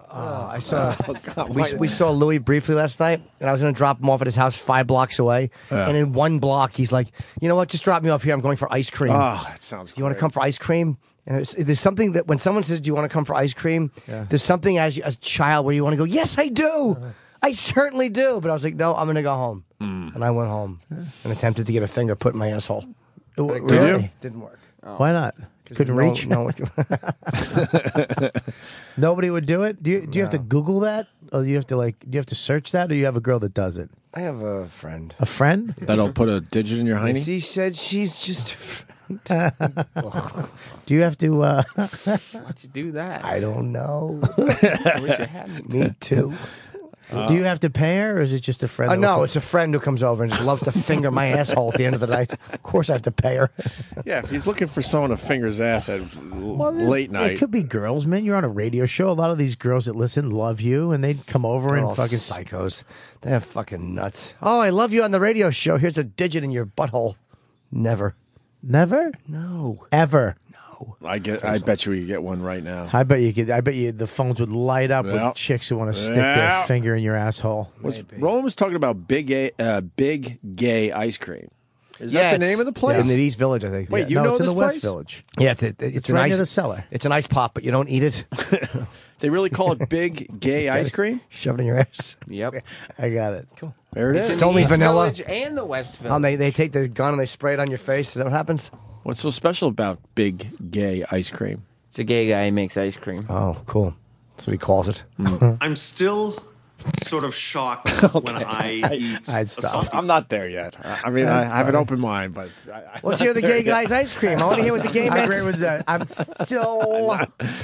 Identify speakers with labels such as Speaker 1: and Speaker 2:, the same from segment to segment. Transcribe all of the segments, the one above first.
Speaker 1: Oh, I saw.
Speaker 2: God,
Speaker 1: we,
Speaker 2: why-
Speaker 1: we saw Louis briefly last night, and I was going to drop him off at his house five blocks away. And in one block, he's like, "You know what? Just drop me off here. I'm going for ice cream.
Speaker 2: Oh, that sounds.
Speaker 1: you want to
Speaker 2: great.
Speaker 1: come for ice cream?" And it's, there's something that when someone says, "Do you want to come for ice cream?" There's something as you- as a child where you want to go, "Yes, I do. I certainly do." But I was like, "No, I'm going to go home." And I went home and attempted to get a finger put in my asshole. It, w-
Speaker 2: Did you?
Speaker 1: really didn't work.
Speaker 3: Why not? Couldn't
Speaker 1: No-
Speaker 3: reach.
Speaker 1: No,
Speaker 3: Nobody would do it. Do you? Do you have to Google that, or do you have to like? Do you have to search that, or you have a girl that does it?
Speaker 1: I have a friend.
Speaker 3: A friend?
Speaker 2: That'll put a digit in your hiney.
Speaker 1: She said she's just. a friend.
Speaker 3: Do you have to? uh
Speaker 4: Why'd you do that?
Speaker 1: I don't know.
Speaker 4: I wish you hadn't.
Speaker 1: Me too.
Speaker 3: Do you have to pay her, or is it just a friend?
Speaker 1: Uh,
Speaker 3: that will
Speaker 1: no,
Speaker 3: come-
Speaker 1: it's a friend who comes over and just loves to finger my asshole at the end of the night. Of course, I have to pay her.
Speaker 2: Yeah, if he's looking for someone to finger his ass at l-
Speaker 3: Well, this-
Speaker 2: late night.
Speaker 3: It could be girls, man. You're on a radio show. A lot of these girls that listen love you, and they'd come over
Speaker 1: They're
Speaker 3: and
Speaker 1: all
Speaker 3: fucking
Speaker 1: psychos. They're fucking nuts. Oh, I love you on the radio show. Here's a digit in your butthole. Never.
Speaker 3: never,
Speaker 1: No.
Speaker 3: ever.
Speaker 2: I get. I bet you we could get one right now.
Speaker 3: I bet you could. I bet you the phones would light up
Speaker 2: Yeah.
Speaker 3: with chicks who want to stick
Speaker 2: Yeah.
Speaker 3: their finger in your asshole.
Speaker 2: Was, Roland was talking about big, a, uh, big gay ice cream. Is that the name of the place?
Speaker 1: In the East Village, I think.
Speaker 2: Wait,
Speaker 1: yeah.
Speaker 2: you
Speaker 3: no,
Speaker 2: know
Speaker 3: it's in
Speaker 2: this
Speaker 3: the West
Speaker 2: place?
Speaker 3: Village.
Speaker 1: Yeah, it's, it's, an
Speaker 3: right
Speaker 1: ice
Speaker 3: near the cellar.
Speaker 1: It's an ice pop, but you don't eat it.
Speaker 2: They really call it big gay ice cream.
Speaker 1: Shove it in your ass.
Speaker 4: Yep.
Speaker 3: I got it.
Speaker 2: There it is.
Speaker 1: It's only
Speaker 4: East
Speaker 1: vanilla.
Speaker 4: Village and the West Village.
Speaker 1: Um, they, they take the gun and they spray it on your face. Is that what happens?
Speaker 2: What's so special about big gay ice cream?
Speaker 4: it's a gay guy who makes ice cream.
Speaker 1: Oh, cool. That's what he calls it.
Speaker 5: I'm still sort of shocked when I eat.
Speaker 3: I'd
Speaker 5: a
Speaker 3: stop.
Speaker 5: salty-
Speaker 2: I'm not there yet. I I mean, I have an open mind, but I, I,
Speaker 1: Let's hear the gay guy's ice cream. I want to hear what the gay
Speaker 3: How
Speaker 1: man's
Speaker 3: great was that? I'm still.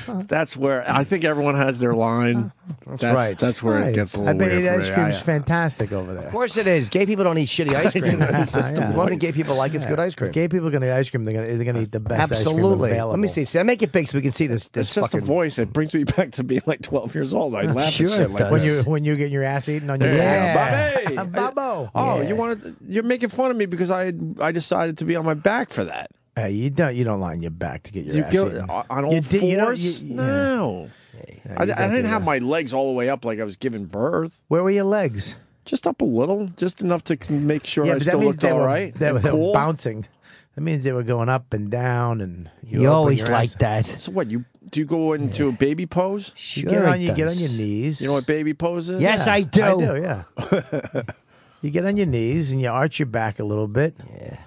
Speaker 2: that's where I think everyone has their line. That's,
Speaker 1: right.
Speaker 2: That's where it gets a
Speaker 3: I
Speaker 2: little
Speaker 3: bet
Speaker 2: weird.
Speaker 3: you the
Speaker 2: for
Speaker 3: ice
Speaker 2: me.
Speaker 3: cream's
Speaker 2: I-
Speaker 3: fantastic over there.
Speaker 1: Of course it is. Gay people don't eat shitty ice cream. it's just
Speaker 3: Yeah.
Speaker 1: the one thing gay people like. It's good ice cream.
Speaker 3: Gay people are gonna eat ice cream. They're gonna, they're gonna eat the best. ice cream
Speaker 1: Absolutely. Let me
Speaker 3: available.
Speaker 1: see. See, I make it big so we can see this. This
Speaker 2: It's just
Speaker 1: fucking
Speaker 2: a voice. It brings me back to being like 12 years old. I laugh
Speaker 1: sure
Speaker 2: at shit
Speaker 1: it
Speaker 2: like
Speaker 3: when
Speaker 1: does.
Speaker 2: that.
Speaker 3: you when you get your ass eaten on your
Speaker 2: Yeah.
Speaker 3: back.
Speaker 2: Bobby!
Speaker 3: Babo.
Speaker 2: Oh,
Speaker 3: Yeah.
Speaker 2: you wanted you're making fun of me because I I decided to be on my back for that.
Speaker 3: Hey, you don't you don't lie on your back to get your
Speaker 2: You
Speaker 3: ass
Speaker 2: go uh,
Speaker 3: eaten.
Speaker 2: on
Speaker 3: You
Speaker 2: all
Speaker 3: did- you don't-
Speaker 2: fours?
Speaker 3: you- yeah.
Speaker 2: No, I,
Speaker 3: you
Speaker 2: I
Speaker 3: don't
Speaker 2: didn't
Speaker 3: do
Speaker 2: have my legs all the way up like I was giving birth.
Speaker 3: Where were your legs?
Speaker 2: Just up a little, just enough to c- make sure I still looked
Speaker 3: they
Speaker 2: all
Speaker 3: were
Speaker 2: right.
Speaker 3: They,
Speaker 2: and
Speaker 3: were, they were
Speaker 2: cool.
Speaker 3: bouncing. That means they were going up and down, and you,
Speaker 1: You
Speaker 3: open
Speaker 1: always
Speaker 3: your
Speaker 1: like
Speaker 3: ass.
Speaker 1: that.
Speaker 2: So what? You do you go into a baby pose?
Speaker 3: You
Speaker 1: Sure
Speaker 3: get
Speaker 1: it
Speaker 3: on you get on
Speaker 1: does.
Speaker 3: your knees.
Speaker 2: You know what baby pose is?
Speaker 1: Yes, I do.
Speaker 3: I do, yeah. you get on your knees and you arch your back a little bit. Yeah.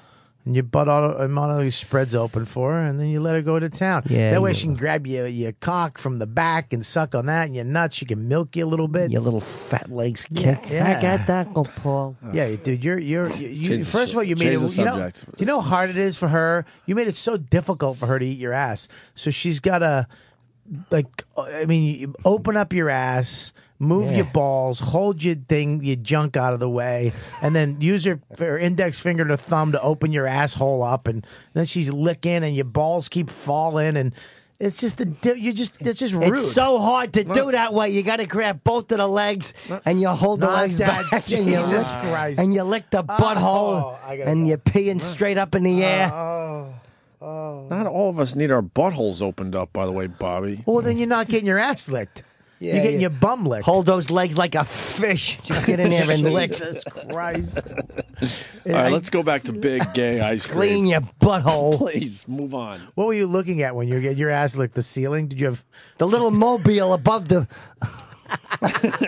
Speaker 3: And your butt auto- automatically spreads open for her, and then you let her go to town.
Speaker 1: Yeah,
Speaker 3: that way
Speaker 1: you-
Speaker 3: she can grab your, your cock from the back and suck on that, and your nuts. She can milk you a little bit.
Speaker 1: Your little fat legs kick.
Speaker 3: Yeah.
Speaker 1: I got that, Uncle Paul.
Speaker 3: Yeah, dude, you're you're you, you,
Speaker 2: Change the
Speaker 3: first of all you made it.
Speaker 2: change the
Speaker 3: You know,
Speaker 2: subject.
Speaker 3: do you know how hard it is for her? You made it so difficult for her to eat your ass. So she's got to like, I mean, you open up your ass. Move
Speaker 1: Yeah.
Speaker 3: your balls, hold your thing, your junk out of the way, and then use your her index finger to thumb to open your asshole up, and then she's licking, and your balls keep falling, and it's just the di- you just it's just rude.
Speaker 1: It's so hard to do that way. You got to grab both of the legs and you hold the
Speaker 3: Not
Speaker 1: legs
Speaker 3: that.
Speaker 1: back. And you
Speaker 3: Jesus
Speaker 1: lick,
Speaker 3: Christ. Oh,
Speaker 1: And you lick the butthole
Speaker 3: I gotta
Speaker 1: and
Speaker 3: go. uh,
Speaker 1: you're peeing straight up in the air.
Speaker 2: Not all of us need our buttholes opened up, by the way, Bobby.
Speaker 3: well, then you're not getting your ass licked.
Speaker 1: Yeah,
Speaker 3: you're getting
Speaker 1: yeah.
Speaker 3: your bum licked.
Speaker 1: Hold those legs like a fish. Just get in there and lick.
Speaker 3: Jesus Christ.
Speaker 2: All right, let's go back to big gay ice cream.
Speaker 1: Clean your butthole.
Speaker 2: Please move on.
Speaker 3: What were you looking at when you were getting your ass licked? The ceiling? Did you have?
Speaker 1: The little mobile above the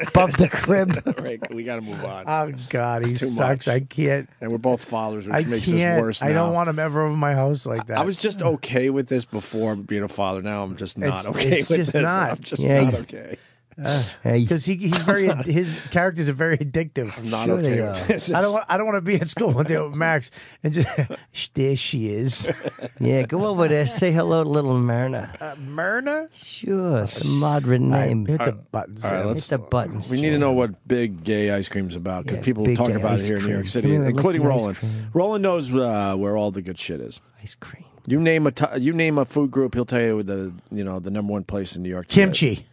Speaker 1: above the crib.
Speaker 2: All right, we got to move on.
Speaker 3: Oh God, he
Speaker 2: It's too
Speaker 3: sucks.
Speaker 2: much.
Speaker 3: I can't.
Speaker 2: and we're both fathers, which
Speaker 3: I
Speaker 2: makes this
Speaker 3: can't.
Speaker 2: worse.
Speaker 3: I don't
Speaker 2: now.
Speaker 3: want him ever over my house like that.
Speaker 2: I was just okay with this before being a father. Now I'm just not
Speaker 3: It's-
Speaker 2: okay
Speaker 3: it's
Speaker 2: with
Speaker 3: just
Speaker 2: this.
Speaker 3: not.
Speaker 2: I'm just
Speaker 1: Yeah,
Speaker 2: not
Speaker 1: you-
Speaker 2: okay.
Speaker 1: Hey,
Speaker 3: because he, he's very his characters are very addictive.
Speaker 2: I'm not
Speaker 1: sure
Speaker 2: okay
Speaker 1: they
Speaker 2: with
Speaker 1: are.
Speaker 2: this.
Speaker 3: I don't. Want, I don't want to be at school one day with Max and just "Shh, there she is,
Speaker 1: yeah, go over there. Say hello to little Myrna.
Speaker 3: uh, Myrna.
Speaker 1: Sure, it's a modern name.
Speaker 3: Hit
Speaker 1: Hit
Speaker 3: the buttons.
Speaker 2: all right,
Speaker 3: yeah.
Speaker 2: let's-
Speaker 1: the buttons.
Speaker 2: we need to know what big gay ice cream's about because
Speaker 1: Yeah,
Speaker 2: people
Speaker 1: big
Speaker 2: talk
Speaker 1: gay
Speaker 2: about it
Speaker 1: ice
Speaker 2: here in New York
Speaker 1: cream.
Speaker 2: City,
Speaker 1: Yeah, I like
Speaker 2: including
Speaker 1: the ice
Speaker 2: Roland.
Speaker 1: cream.
Speaker 2: Roland knows uh, where all the good shit is.
Speaker 1: ice cream.
Speaker 2: You name a t- you name a food group, he'll tell you the you know the number one place in New York. to get.
Speaker 3: Kimchi.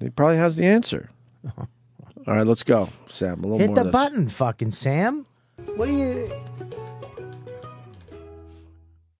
Speaker 2: He probably has the answer. All right, let's go, Sam. A little
Speaker 3: Hit
Speaker 2: more
Speaker 3: the
Speaker 2: of this.
Speaker 3: button, fucking Sam.
Speaker 1: What do you?